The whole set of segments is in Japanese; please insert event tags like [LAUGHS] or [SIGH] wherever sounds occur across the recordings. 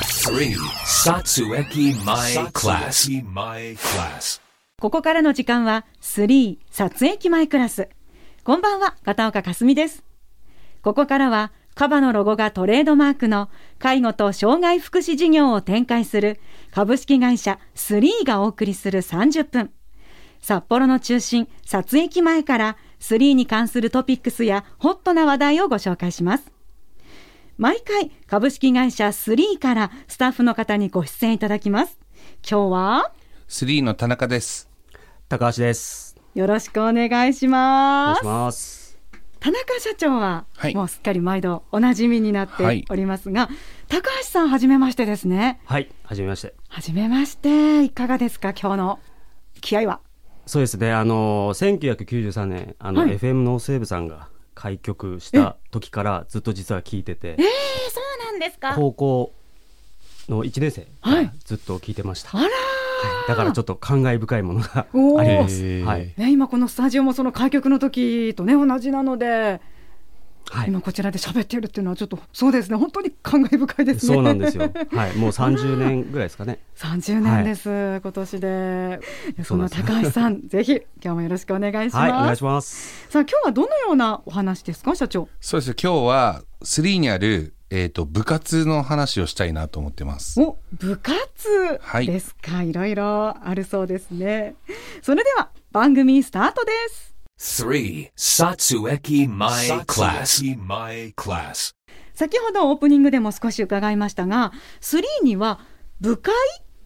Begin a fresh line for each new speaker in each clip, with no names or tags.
three. Satsueki My Class. My Class.
ここからの時間は3撮影機前クラス。こんばんは、片岡かすみです。ここからは、カバのロゴがトレードマークの介護と障害福祉事業を展開する株式会社3がお送りする30分。札幌の中心、撮影機前から3に関するトピックスやホットな話題をご紹介します。毎回株式会社3からスタッフの方にご出演いただきます。今日は
3の田中です。
高橋です。
よろしくお願いし
お願
ま
い
す
し。ます。
田中社長は、
はい
もうすっかり毎度おなじみになっておりますが、高橋さんはじめましてですね
はい、はじめまして。
はじめましていかがですか今日の気合は
そうですね、あの1993年、あの、
はい
FM の西部さんが開局した時からずっと実は聞いてて、
えそうなんですか
高校の1年生か
は
ら
い
ずっと聞いてました。
あらー、
だからちょっと感慨深いものが
おー
あります。
へー
はい、
ね、今このスタジオもその開局の時とね同じなので、
はい、
今こちらで喋っているっていうのはちょっとそうですね本当に感慨深いですね
そうな
[LAUGHS]
んですよ。はい、もう30年ぐらいですかね。
30年です、今年でそ
そうな
の
んです
高橋さ
[LAUGHS]
んぜひ今日もよろしくお願いします,、
はい、お願いします。
さあ今日はどのようなお話ですか社長
そうですね今日は3にある、えー、と部活の話をしたいなと思ってます。
お部活
はい
ですか、い、ろいろあるそうですねそれでは番組スタートです
Three. Satsueki My Class. My Class.
先ほどオープニングでも少し伺いましたが3には部会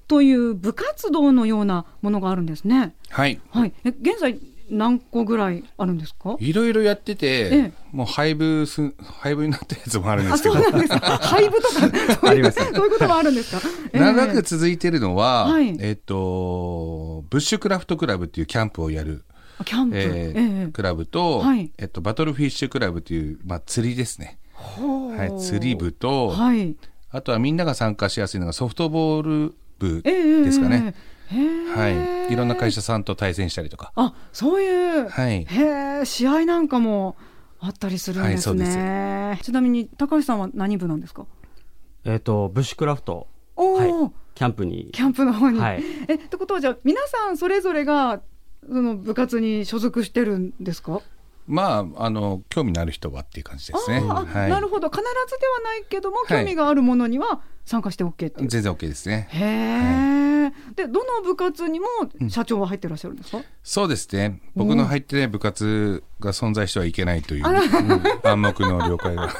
という部活動のようなものがあるんですね
はい
はいえ現在何個ぐらいあるんですか
いろいろやってて、
ええ
もう廃部す廃部になったやつもあるんで
あ
すけ
そ
ど
うなんですか廃部とかそう
あ
い
り
う
ま
そ
す
ういうこともあるんですか、ええ
長く続いてるのは、
はい
えっ、とブッシュクラフトクラブっていうキャンプをやる、
キャンプ、
えー
ええ
クラブと,、
はい
えっとバトルフィッシュクラブっていう、まあ、釣りですね、
ほう
はい、釣り部と、
はい
あとはみんなが参加しやすいのがソフトボール部ですかね、、
ええええへえ
はい、いろんな会社さんと対戦したりとか
あそういう、
はい
へえ試合なんかもあったりするんで
はいそ
す
うです
ね、ちなみに高橋さんは何部なんですか
えっ、とブッシュクラフト、
おお、
はい、キャンプに
キャンプの方に、
はい
えってことはじゃあ皆さんそれぞれがその部活に所属してるんですか
まああの興味のある人はっていう感じですね。
あーあ
は
なる
い、
ほど必ずではないけども
い
興味があるものには参加して OK っていう、
全然 OK ですね。
へえ、でどの部活にも社長は入ってらっしゃるんですか、
そうですね。僕の入ってない部活が存在してはいけないという、うん暗黙の了解が。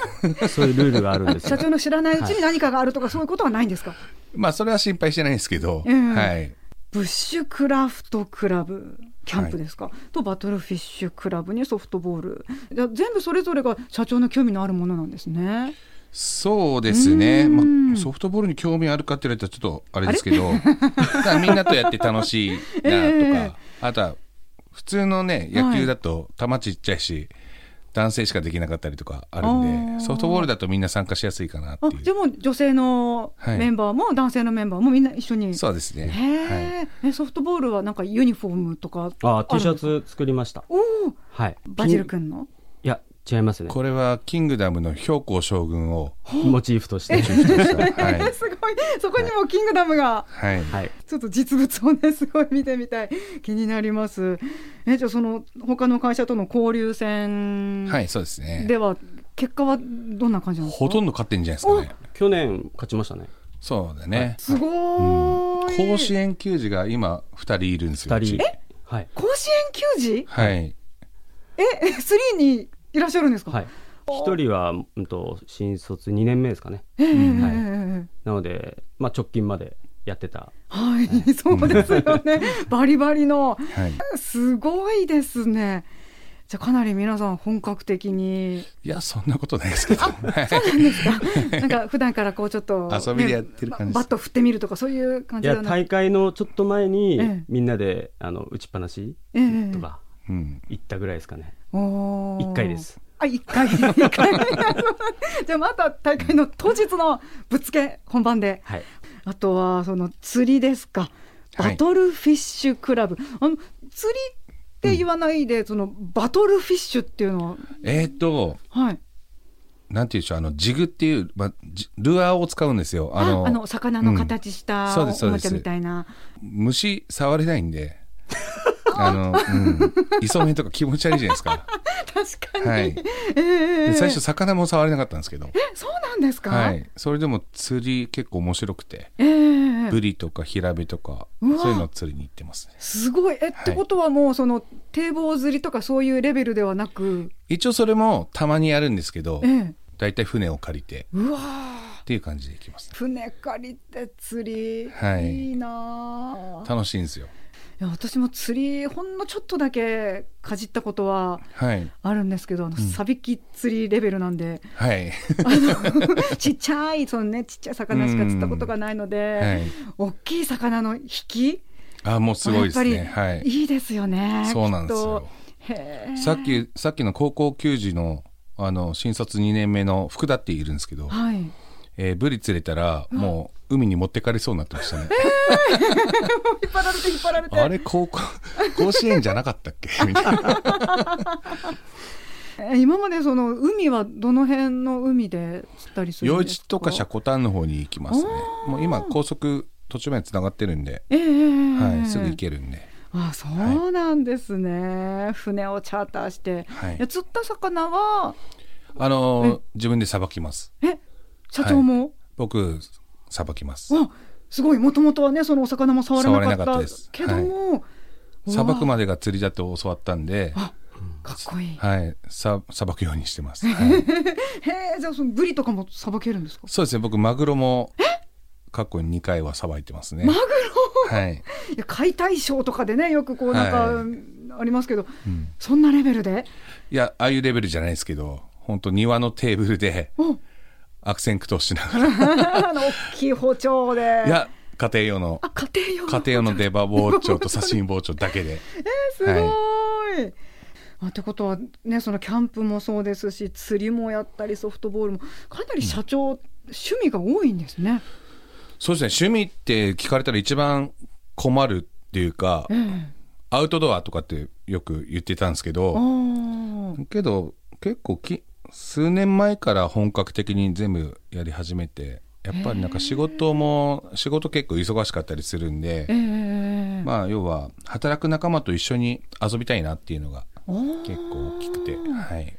そういうルールがあるんですよ
社。長の知らないうちに何かがあるとかそういうことはないんですか、
[LAUGHS] まあそれは心配してないですけど、
うん
はい。
ブッシュクラフトクラブキャンプですか、とバトルフィッシュクラブにソフトボールじゃあ全部それぞれが社長の興味のあるものなんですね
そうですね。
うん
まあ、ソフトボールに興味あるかって言われたらちょっとあれですけ
[LAUGHS]
ど、ただみんなとやって楽しいなとか、
え
あとは普通のね、野球だと球ちっちゃいし、男性しかできなかったりとかあるん
あー
で、ソフトボールだとみんな参加しやすいかなって
あ
い
じゃ
う。
あもう女性の
はい
メンバーも男性のメンバーもみんな一緒に、
そうですね。はい
へえ、えソフトボールはなんかユニフォームとか
あ、T シャ
あるんですか
ツ作りました。
おお
はい。
バジル君の
いや、違いますね。
これはキングダムの標高将軍を
モチーフとして。
中心とした。は
えー [LAUGHS]
い。
すごいそこにもキングダムが
はい。
はい。
ちょっと実物をねす [LAUGHS] ごい見てみたい気になりますえじゃあその他の会社との交流戦
はい、そうですね。
では結果はどんな感じなんですか
ほとんど勝ってんじゃないですかね。
去年勝ちましたね。
そうだね。
すごーい、
甲子園球児が今二人いるんですよ。
二
うち
人。はい。
甲子園球児
はい。
ええスリーにいらっしゃるんですか、
はい。一人は、うんと、新卒2年目ですかね。
ええ
は
え
い
え
なので、まあ、直近までやってた。
はい、そうですよね [LAUGHS] バリバリの
はい。
すごいですねじゃあかなり皆さん本格的に
いや、そんなことないですけど。
そうなんですか [LAUGHS] なんか普段からこうちょっと
遊びでやってる感じです
バット振ってみるとかそういう感
い
じで
や、
はな
大
い
会のちょっと前
ええ
に、みんなで、あの、打ちっぱなし
ええ
とか、
うん。
行ったぐらいですかね。
おー
一回です。
あ一回 [LAUGHS] 一回じゃあまた大会の当日のぶっつけ本番で
はい。
あとはその釣りですか
はい
バトルフィッシュクラブ、あの釣りって言わないで、そのバトルフィッシュっていうのは
えっと、
はい
なんていうんでしょうあのジグっていう、まあ、ジルアーを使うんですよ
ああの魚の形した
そ
お
うですそう
も
で
ち
す
ゃみたいな
虫触れないんであ
[LAUGHS]
の、うん、磯辺とか気持ち悪いじゃないですか
確かに、
はい
ええ
で最初魚も触れなかったんですけど、
そうなんですか、
はい、それでも釣り結構面白くて
ええ
ブリとかヒラメとかそう
うわ
いうのを釣りに行ってますね
すごいえ、ってことはもうその堤防釣りとかそういうレベルではなく
一応それもたまにやるんですけど
ええ
大体船を借りて
うわー
っていう感じで行きますね
船借りて釣り、
はい
いなあ
楽しいんですよ
いや私も釣りほんのちょっとだけかじったことは
はい
あるんですけどあのサビキ釣りレベルなんで、 [LAUGHS]
はい
あ
[LAUGHS]
のちっちゃいそのねちっちゃい魚しか釣ったことがないので、
はい
大きい魚の引き
あもうすごいですね
やっぱ
は
り
い
いいですよね、
そうなんですよ
きっとへえ
さっきさっきの高校球児のあの新卒2年目の福田っているんですけど、
はい
えーブリ釣れたらもう海に持ってかれそうになってましたね、
引っ張られて引っ張られて
あれ高校甲子園じゃなかったっけみたいな
え今までその海はどの辺の海で釣ったりするん
余
です
市とか車庫端の方に行きますねもう今高速途中までつながってるんで、
ええええええ
はい、すぐ行けるんで
あそうなんですね、船をチャーターして、
はい
いや釣った魚は
あのー自分でさばきます
え社長も、
僕さばきます
あすごいもともとはねそのお魚も触らなかった
触れなかったです
けども、うわ
さばくまでが釣りだと教わったんで
あかっこいい、
はいささばくようにしてます、はい
へえじゃあそのブリとかもさばけるんですか
そうですね僕マグロも過去に2回はさばいてますね
マグロ、
はい、
いや解体ショーとかでねよくこうなんか、
は
ありますけど、そんなレベルで
いやああいうレベルじゃないですけど本当庭のテーブルで [LAUGHS]
お
悪戦苦闘しながら
あの大きい包丁で
いや家庭用の
あ家庭用の
家庭用の出刃包丁と刺身包丁だけで
すごい、あってことはねそのキャンプもそうですし釣りもやったりソフトボールもかなり社長、趣味が多いんですね。
そうですね趣味って聞かれたら一番困るっていうか、アウトドアとかってよく言ってたんですけど、
あ
けど結構き数年前から本格的に全部やり始めてやっぱりなんか仕事も仕事結構忙しかったりするんで、
ええ
まあ要は働く仲間と一緒に遊びたいなっていうのが結構大きくてはい、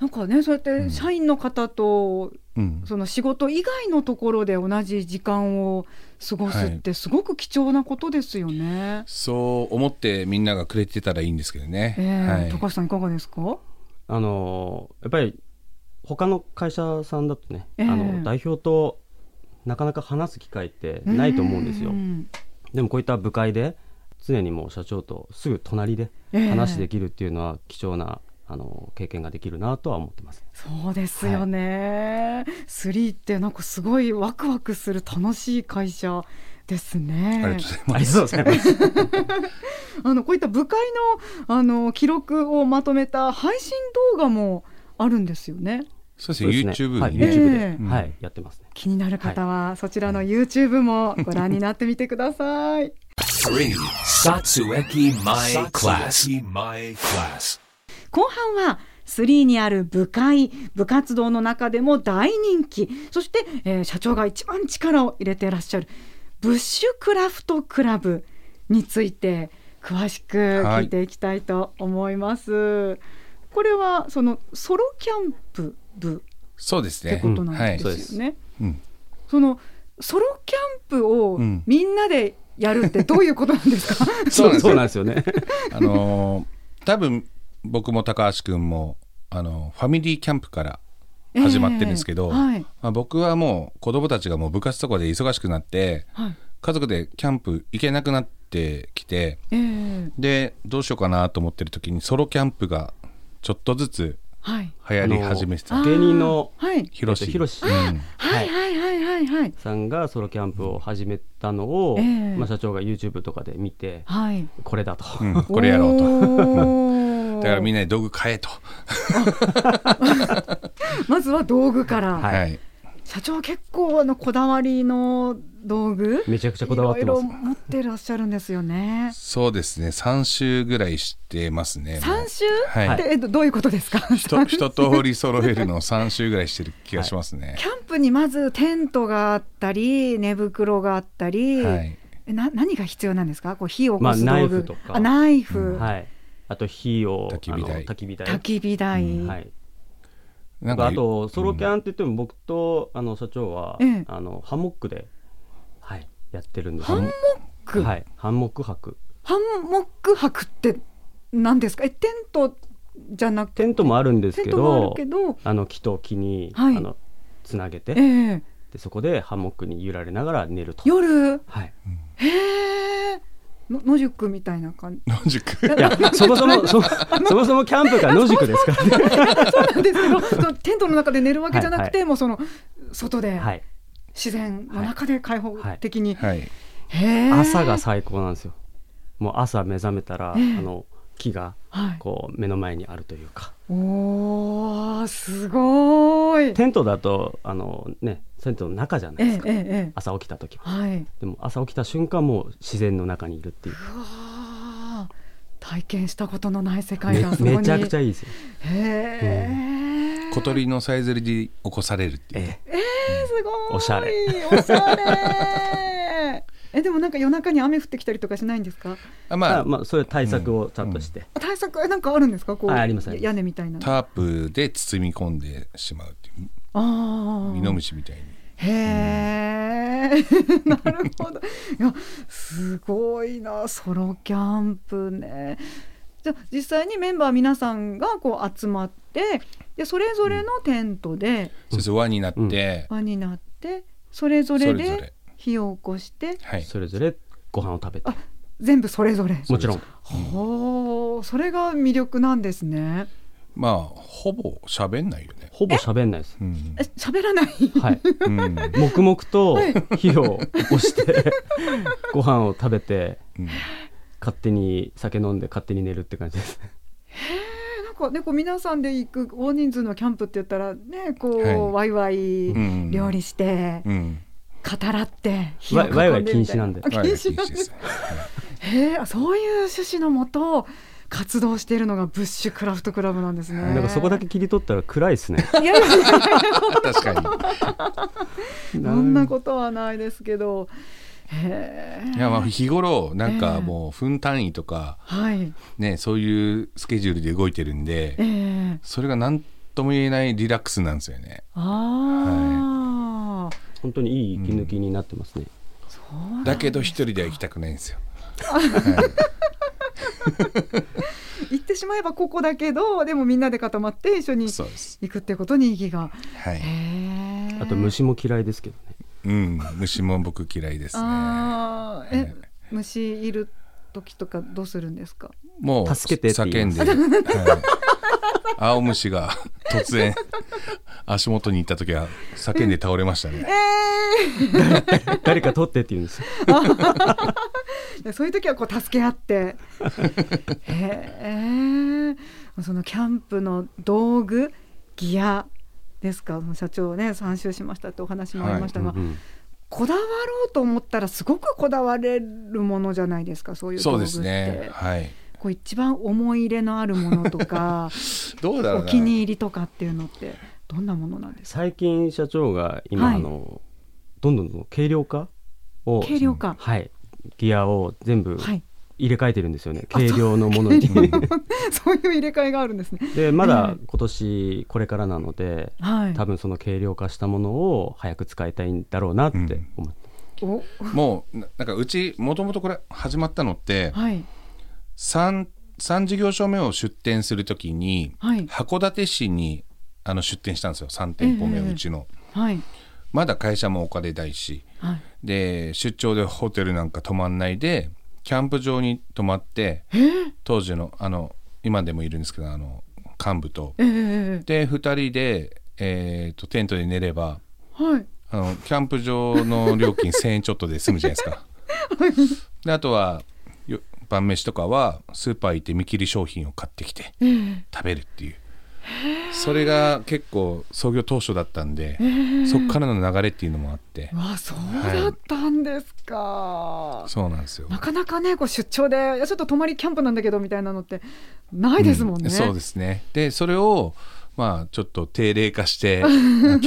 なんかねそうやって社員の方と、
うん、
その仕事以外のところで同じ時間を過ごすってすごく貴重なことですよね。
そう思ってみんながくれてたらいいんですけどね、
ええ
はい、
高橋さんいかがですか？
あのーやっぱり他の会社さんだとね、
ええ
あの代表となかなか話す機会ってないと思うんですよ。でもこういった部会で常にもう社長とすぐ隣で
ええ
話できるっていうのは貴重な、あの経験ができるなとは思ってます。
そうですよね、スリーってなんかすごいワクワクする楽しい会社ですね。
ありがとうござい
あ
ま
りがとうございます。
あのこういった部会のあの記録をまとめた配信動画もあるんですよね。
すそ
[LAUGHS] そう
うですね
ですね
YouTube
はい
に
YouTube
ね、
で、
ええ
はい、やってますね。
気になる方はそちらの YouTube もご覧になってみてください。
3. Satsueki My Class. My Class.
後半は3にある部会部活動の中でも大人気そして、えー社長が一番力を入れていらっしゃるブッシュクラフトクラブについて詳しく聞いていきたいと思います、これはそのソロキャンプ部
そうです
って
ね
ことなん
はい
ですよね、そ
うん
のソロキャンプを
うん
みんなでやるってどういうことなんです
[LAUGHS]
か、
そうなんです
そう
よ
なんですよね。
あのー多分僕も高橋君も、あのーファミリーキャンプから始まってるんですけ
え
ど、
えはい
まあ、僕はもう子供たちがもう部活とかで忙しくなって
はい
家族でキャンプ行けなくなってきて
えー
でどうしようかなと思ってる時にソロキャンプがちょっとずつ
はい
流行り始めて
あ
た
の
芸人の
はい
[LAUGHS] ヒロシ
えっとヒロシ
うん
はいはいはいはいはい
さんがソロキャンプを始めたのを、
ええ
まあ、社長が YouTube とかで見て、
はい
これだと。
うんこれやろうと
と
だからみん
な
なで道具買えと、
まずは道具から、
はい
はい
社長結構あのこだわりの道具
めちゃくちゃこだわってます
いろいろ持ってらっしゃるんですよね
そうですね3週ぐらいしてますねもう
三週
はい
って、えっとどういうことですか [LAUGHS]
一一通り揃えるのを3週ぐらいしてる気がしますね
キャンプにまずテントがあったり寝袋があったり、
はい
えな何が必要なんですかこう火を起
ま
こ
あ
す道具、
ナイフとか
あナイフ、
はい、あと火を
焚き火台
あの焚き火台
焚き火台、
はい、
なん
あとソロキャンって言っても僕とあの社長は、
ええ
あのハンモックで、はい、やってるんです
ハンモック、
はい、ハンモック泊
ハンモック泊って何ですかえテントじゃなくて
テントもあるんです
テン
け
トもある
ど
けど
あの木と木に、
はい
あのつなげて、
ええ
でそこでハンモックに揺られながら寝ると、
夜
はい、
へえの野宿みたいな感じ
[LAUGHS]
野宿
いやそもそもそそもそもキャンプが野宿ですからね、
そうなんですけどそのテントの中で寝るわけじゃなくて、
はい
もうその外で、
はい、
自然の中で開放的に、
はい
へえ
朝が最高なんですよもう朝目覚めたら、
ええ
あの木が
はい
こう目の前にあるというか
おーすごーい。
テントだとあのねテントの中じゃな
え
い
え
ですか、
ええええ
朝起きた時は
はい。
でも朝起きた瞬間もう自然の中にいるっていう
うわー体験したことのない世界がそこに
めめちゃくちゃいいですよ、
へー
小鳥のさえずりに起こされるっていう
ええ
えーすごーい。
おしゃれ。
おしゃれ。 [LAUGHS] えでもなんか夜中に雨降ってきたりとかしないんですか。
あま
あ
あ
まあそれは対策をちゃんとして、
対策えなんかあるんですかこう
あありますあります
屋根みたいな。あ
タープで包み込んでしまうっていう
あー。
ミノムシみたいに
へえ、 [LAUGHS] なるほど。いや、すごいな、ソロキャンプね。じゃあ実際にメンバー皆さんがこう集まって、でそれぞれのテントで
そうです輪になって、
うん
輪になって、それぞれ
それぞ
で
れ
火を起こして、
はい
それぞれご飯を食べて
あ全部それぞれ。
もちろん
ほう、それが魅力なんですね。
まあほぼ喋んないよね
ほぼ喋んないです
うん
え、喋らない。 [LAUGHS]
はい
うん
黙々と火を起こしてご飯を食べて
うん
勝手に酒飲んで勝手に寝るって感じですね
なんかね、こう皆さんで行く大人数のキャンプって言ったらね、こう、
は
ワイ
う
ワイ
ん
料理して。
うん
語らって火を
わ
囲んでみたいな
わいわい禁止なんで
あ禁
はい
止なんで
です
すへえあそういう趣旨のもと活動しているのがブッシュクラフトクラブなんですね
なんかそこだけ切り取ったら暗いですね
いやいやいや
[LAUGHS]
確かに
そ
そんなことはないですけどへえ
いやまあ日頃なんかもう分単位とか
はい
ねそういうスケジュールで動いてるん
ええ
でそれが何とも言えないリラックスなんですよね
ああ、
本当にいい息抜きになってますね、
そう
だけど一人では行きたくないんですよ
言ってしまえばここだけどでもみんなで固まって一緒に
そうです
行くってことに意義が
はい
へえ
あと虫も嫌いですけどね
うん虫も僕嫌いですね
ああえ、
はい
虫いる時とかどうするんです
[LAUGHS]
か
もう
助けてって
叫
言い
ん
ます
で、
[LAUGHS]
はい青虫が突然足元に行った時は叫んで倒れましたね
ええ
誰か取ってって言うんですよ
[LAUGHS] でそういう時はこう助け合
[LAUGHS]
って。へえ。そのキャンプの道具、ギアですか。社長ね、参集しましたってお話もありましたが、
うんうん
こだわろうと思ったらすごくこだわれるものじゃないですか。そういう道
そ
具
うで
って。
すねはい
こう一番思い入れのあるものとか、
[LAUGHS] どうだろう
お
な
気に入りとかっていうのってどんなものなんですか。
最近社長が今、
はい
あのどんどんどん軽量化を
軽量化。
はいギアを全部
はい。 [LAUGHS]
入れ替えてるんですよね、
あそう
軽量のものに
[LAUGHS] そういう入れ替えがあるんですね。
でまだ
え
今年これからなので、
はい。
多分その軽量化したものを早く使いたいんだろうなって思って、
お
もうななんかうちもともとこれ始まったのって
はい。
3, 三事業所目を出店するときに、
はい
函館市にあの出店したんですよ3店舗目
ええ
うちの、
はい。
まだ会社もお金ないし
はい。
で出張でホテルなんか泊まんないでキャンプ場に泊まって
えー
当時のあの今でもいるんですけどあの幹部と
ええ
で2人で、えーとテントで寝れば
はい。
あのキャンプ場の料金1,000円ちょっとで済むじゃないですか。であとはよ晩飯とかはスーパー行って見切り商品を買ってきて
ええ
食べるっていうそれが結構創業当初だったんで、そこからの流れっていうのもあって
わあそうだったんですか、
そうなんですよ
なかなかねこう出張でいやちょっと泊まりキャンプなんだけどみたいなのってないですもんね、
うんそうですねでそれをまあちょっと定例化し
[LAUGHS]
てキ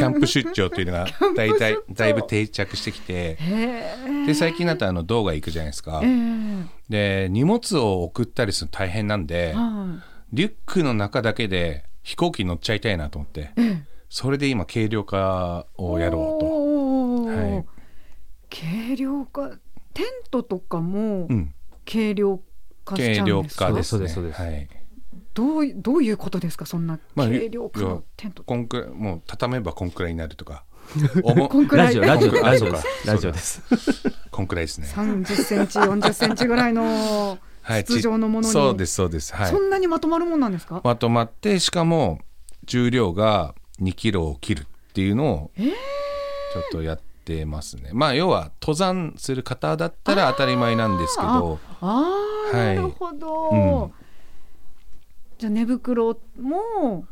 ャンプ出張というのが
プ
大体
出張
だいぶ定着してきて
へえ
で最近だとあの道外行くじゃないですか
ええ
で荷物を送ったりするの大変なんで
は
リュックの中だけで飛行機に乗っちゃいたいなと思って
いえ
それで今軽量化
え
をやろうと。
おー
はい
軽量化テントとかも
うん、
軽量化しちゃう
軽
ん
量
ですか、
化で
そう
すね。
ですそうです
はい。
どういどういうことですかそんな
まあ
軽量化
いや
のテントって、
こんくらいもう畳めばこんくらいになる
[LAUGHS]
とか、おも
こんくら
ラ
い
ジオラジオ
あ
ラジ
そう
オ
か
です
そうだ
ラジオです
こんくらいですね。
30センチ40センチぐらいの
はい。
筒状のものに、
ちそうですそうです。はい
そ。んなにまとまるもんなんですか、
まとまってしかも重量が2キロを切るっていうのをちょっとやってますね。まあ要は登山する方だったら当たり前なんですけど、
ああ、
はい
なるほど、
うん
じゃあ寝袋も、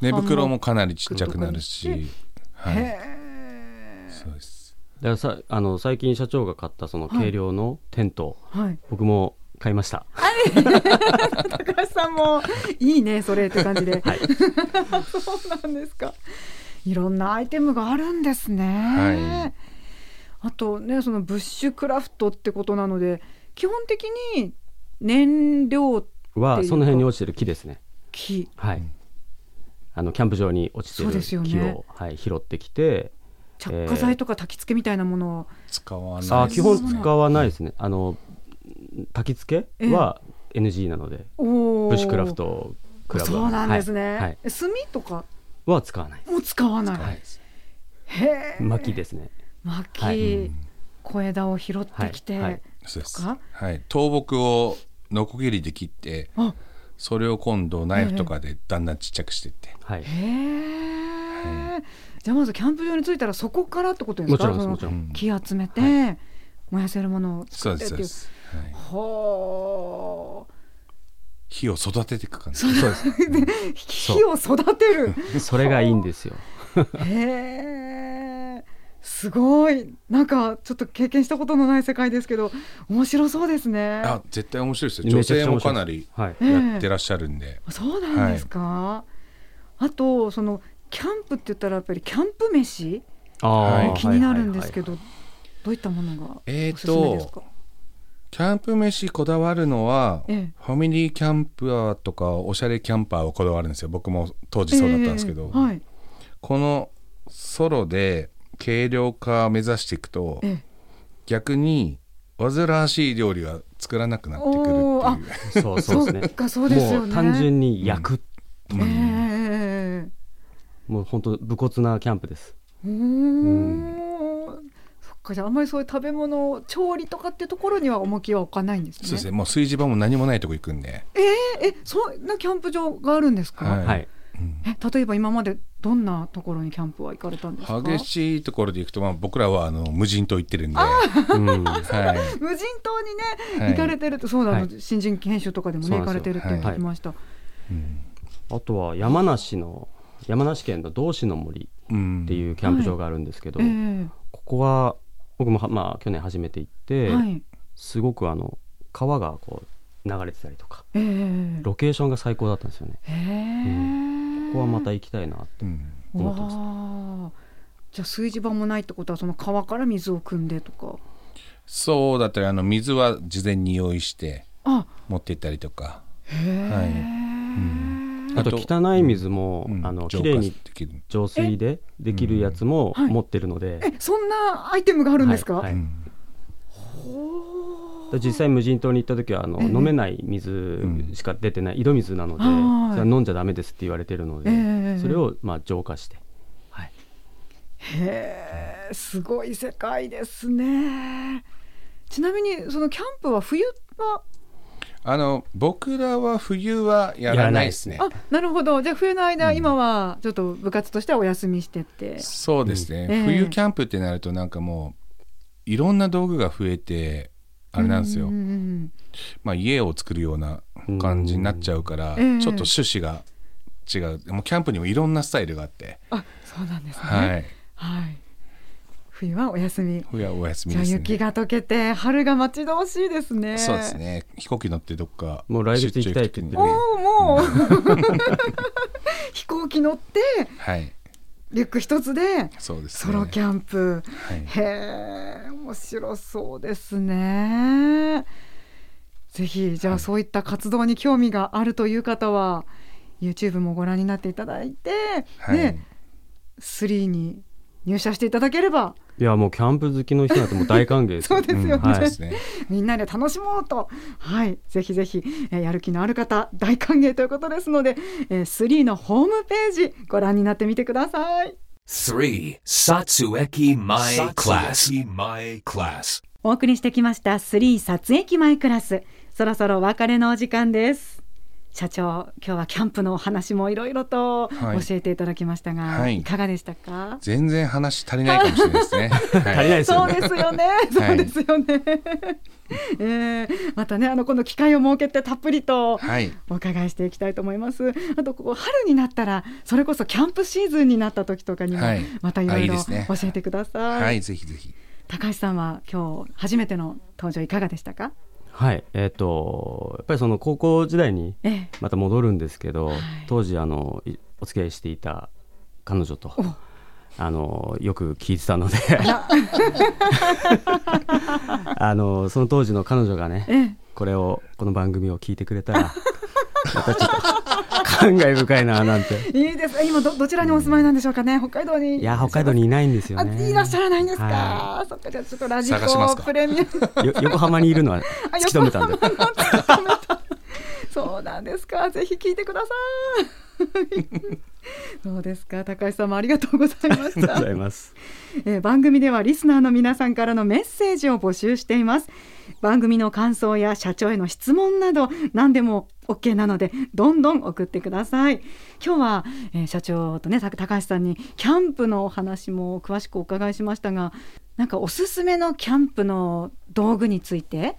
寝袋もかなりちっちゃくなるし、は
へ
い。
え
そうです。
だからさあの最近社長が買ったその軽量のテント、
はい
僕も買いました、
高橋さんもいいねそれって感じで、
はい
[LAUGHS] そうなんですかいろんなアイテムがあるんですね、
は
あとねそのブッシュクラフトってことなので基本的に燃料ってい
は
うか
その辺に落ちてる木ですね
木
はい、あのキャンプ場に落ちて
そう
る
です
木
よ
を、
ね
はい、拾ってきて
着火剤とか焚き付けみたいなものを、
使わないですね。
あー基本使わないですねあの焚き付けは NG なので
おー
ブッシュクラフトクラブは
そうなんですね、
はいはい
炭とか
は使わない
も使わない、
わないです。
へえ
薪ですね
薪、
はいう
小枝を拾ってきて、
はいはい
そうです。
とか
はい。倒木をノコギリで切って、
あ
それを今度ナイフとかでだんだんちっちゃくしていって、
はい
へえ、じゃあまずキャンプ場に着いたらそこからってことですか
もちろんです
その
もちろん
木集めて、燃やせるものを
そ
作
う
っ
で
てっ
す
て
そう
い
で
うは
す、はい、火を育てていく感じそうです
あ火を育てる
それがいいんですよ
へえすごいなんかちょっと経験したことのない世界ですけど面白そうですね
あ絶対面白いですよ女
めちゃくち
性
ゃ
も
面白いです
かなり
はい
やってらっしゃるんで、
そうなんですか、あとそのキャンプって言ったらやっぱりキャンプ飯
あー
はい
気になるんですけど、
はい
どういったものが
えー
お
と
すすめですか、
キャンプ飯こだわるのは、
ええ
ファミリーキャンプーとかおしゃれキャンパーをこだわるんですよ僕も当時そうだったんですけど、
えーはい
このソロで軽量化を目指していくと
え
逆に煩わしい料理が作らなくなってくるって
おーあ
い
は
う
いそうそうですね
そっかそうですよね
もう単純に焼く、
ええ
もう本当武骨なキャンプです
えおーそっかじゃああんまりそういう食べ物調理とかってところには重きは置かないんですね
そうですねもう炊事場も何もないとこ行くんで、
ええそんなキャンプ場があるんですか、
はい
はい
え例えば今までどんなところにキャンプは行かれたんですか
激しいところで行くと、まあ、僕らはあの無人島行ってるんで、
うん
はい、
無人島にね、
はい
行かれてるとそうだ、あの
はい
新人研修とかでも
そ
ね
う
行
な
か
ん
れ
です
て
よ
るって聞きました、
あとは山梨の山梨県の道志の森
うん、
っていうキャンプ場があるんですけど、
え
ここは僕もは、まあ、去年初めて行って、
えはい
すごくあの川がこう流れてたりとか
ええ
ロケーションが最高だったんですよね
へえ
ここはまた行きたいな
うん
思ってます
わあじゃあ炊事場もないってことはその川から水を汲んでとか
そうだったりあの水は事前に用意して
あ
持って行ったりとか
へ
は
え
あ
あ
と
と汚い水も、
い、うん
あの
浄
綺
化
麗に
できる
浄水でできるやつも
うんはい
持ってるので、
えそんなアイテムがあるんですか、
はいはい
ん
ほ
実際無人島に行った時はあの
ええ
飲めない水しか出てない井戸水なので、
はい
それは飲んじゃダメですって言われてるので、
ええ
それをまあ浄化
[LAUGHS]
して、はい、
へえすごい世界ですねちなみにそのキャンプは冬は
あの僕らは冬はやらないですね
あなるほどじゃあ冬の間、今はちょっと部活としてはお休みしてって
そうですね、
うんええ
冬キャンプってなるとなんかもういろんな道具が増えてあれなんですよ、
ううん
まあ、家を作るような感じになっちゃうから、
うんええ
ちょっと趣旨が違うもうキャンプにもいろんなスタイルがあって、
あ、そうなんですね。
は
はい。
い
冬はお休み。
冬はお休み
じゃあ
です
雪
ね
が溶けて春が待ち遠しいですね。
そうです。ね飛行機乗ってどっか
もう来月行きたいって言って
お
る
お
出張行く
もう [LAUGHS] 飛行機乗って
時にはい
リュック一つで
そうです
ソ
ね
ロキャンプ。
はい
へえ面白そうですね。ぜひじゃあそういった活動に興味があるという方は YouTube もご覧になっていただいて、
はい
ね3に入社していただければ
いやもうキャンプ好きの人なんてもう大歓迎です
そ
よ
うですよね、
うんはい
そうですね
みんなで楽しもうと、はい、ぜひぜひ、えーやる気のある方大歓迎ということですので、えー、3のホームページご覧になってみてください。
3. Satsueki My Class. My Class.
お送りしてきました3撮影前クラスそろそろお別れのお時間です社長今日はキャンプのお話もいろいろと
はい
教えていただきましたが、
はい
い、かがでしたか
全然話足りないかもしれないですね足り
足りないです
そ
よ
うで
ね
すよね。そうですよね。
[LAUGHS]
えーまたね、あの、この機会を設けてたっぷりと。
はい
お伺いしていきたいと思います。あと、ここ春になったら、それこそキャンプシーズンになった時とかにも
はい、
またいろい
あいい
ろ
ですね
教えてください。
はいぜひぜひ
高橋さんは、今日初めての登場いかがでしたか。
はいえっ、とやっぱりその高校時代に
ええ、
また戻るんですけど、
はい
当時あのいお付き合いしていた彼女とあのよく聞いてたので [LAUGHS] あのその当時の彼女がね、
ええ
これをこの番組を聞いてくれたらまたちょっと感慨深いなな
[LAUGHS]
んて
いいですね。今、ど、どちらにお住まいなんでしょうかね。北海道に。
いや北海道にいないんですよ
あ、
ね
いらっしゃらないんです
は
か。そっか、じゃ、あちょっとラジ
探します
コ
か
プレミアム。
よ横浜にいるのは
あ
突き止めたんで
横浜の突き止めた [LAUGHS] そうなんですか。ぜひ聞いてください。 [LAUGHS] そうですか。高橋さんもありがとうございま
あ
し
りが
た
とう [LAUGHS] ござ。います
えー番組ではリスナーの皆さんからのメッセージを募集しています番組の感想や社長への質問など何でも OK なのでどんどん送ってください今日は、えー社長とねた高橋さんにキャンプのお話も詳しくお伺いしましたがなんかおすすめのキャンプの道具について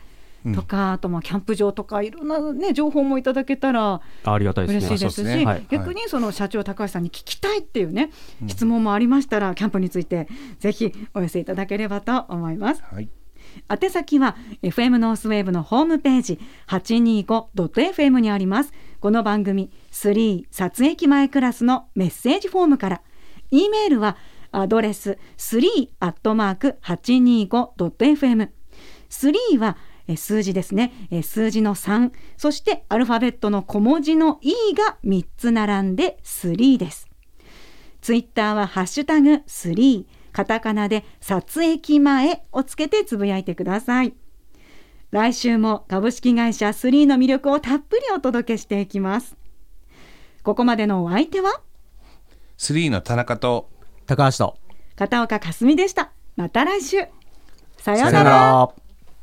とか、あとまあキャンプ場とかいろんなね情報もいただけたら
あありがたいです
嬉し
ね
いで
あそ
す
う
し
ですねはい
逆にその社長高橋さんに聞きたいっていうね、質問もありましたらキャンプについてぜひお寄せいただければと思います
はい
宛先は FM ノースウェーブのホームページ 825.fm にありますこの番組3撮影前クラスのメッセージフォームから E メールはアドレス3アットマーク 825.fm 3はえー数字ですねえー数字の3そしてアルファベットの小文字の E が3つ並んで3ですツイッターはハッシュタグ3カタカナで撮影前をつけてつぶやいてください来週も株式会社3の魅力をたっぷりお届けしていきますここまでのお相手は
3の田中と
高橋と
片岡かすみでしたまた来週さよう
さ
なら
ら